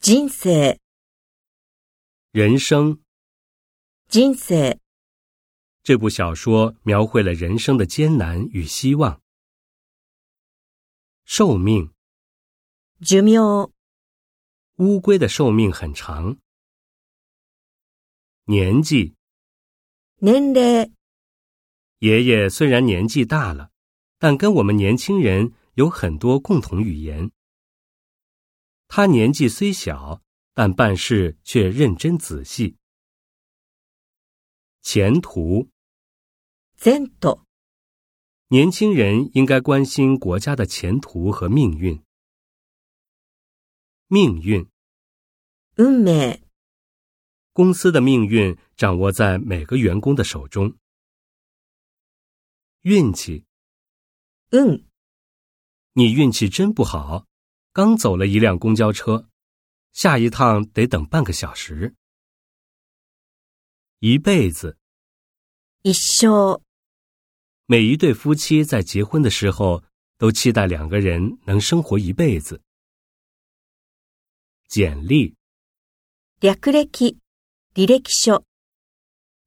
人生、人生人生。这部小说描绘了人生的艰难与希望。寿命，寿命、乌龟的寿命很长。年纪，年齢、爷爷虽然年纪大了，但跟我们年轻人有很多共同语言。他年纪虽小，但办事却认真仔细。前途，前途、年轻人应该关心国家的前途和命运。命运，運命、公司的命运掌握在每个员工的手中。运气，運、你运气真不好，刚走了一辆公交车，下一趟得等半个小时。一辈子，一生、每一对夫妻在结婚的时候都期待两个人能生活一辈子。简历，略歴、履歴書。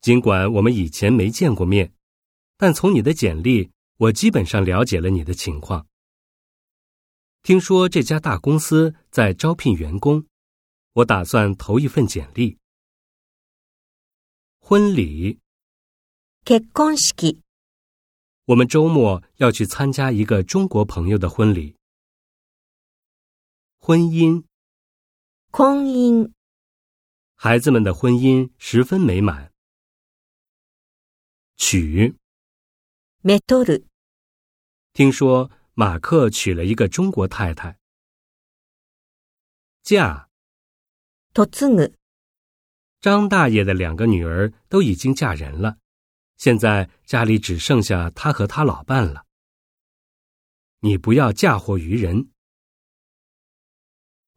尽管我们以前没见过面，但从你的简历，我基本上了解了你的情况。听说这家大公司在招聘员工，我打算投一份简历。婚礼，結婚式、我们周末要去参加一个中国朋友的婚礼。婚姻，婚姻、孩子们的婚姻十分美满。娶，メトル、听说马克娶了一个中国太太。嫁，嫁ぐ、张大爷的两个女儿都已经嫁人了，现在家里只剩下他和他老伴了。你不要嫁祸于人。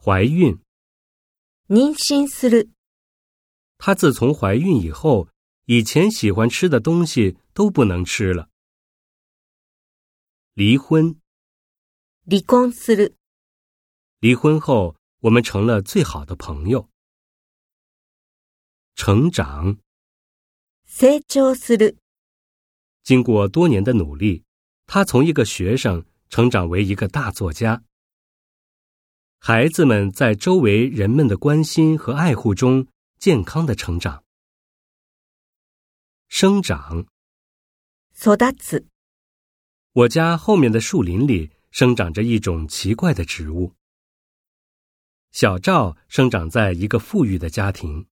怀孕，妊娠する、她自从怀孕以后，以前喜欢吃的东西都不能吃了。离婚，離婚する、离婚后我们成了最好的朋友。成长，成長する、经过多年的努力，他从一个学生成长为一个大作家。孩子们在周围人们的关心和爱护中健康的成长。生长，育つ、我家后面的树林里生长着一种奇怪的植物。小赵生长在一个富裕的家庭。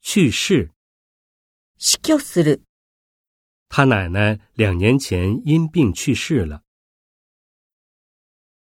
去世，死去する、他奶奶两年前因病去世了。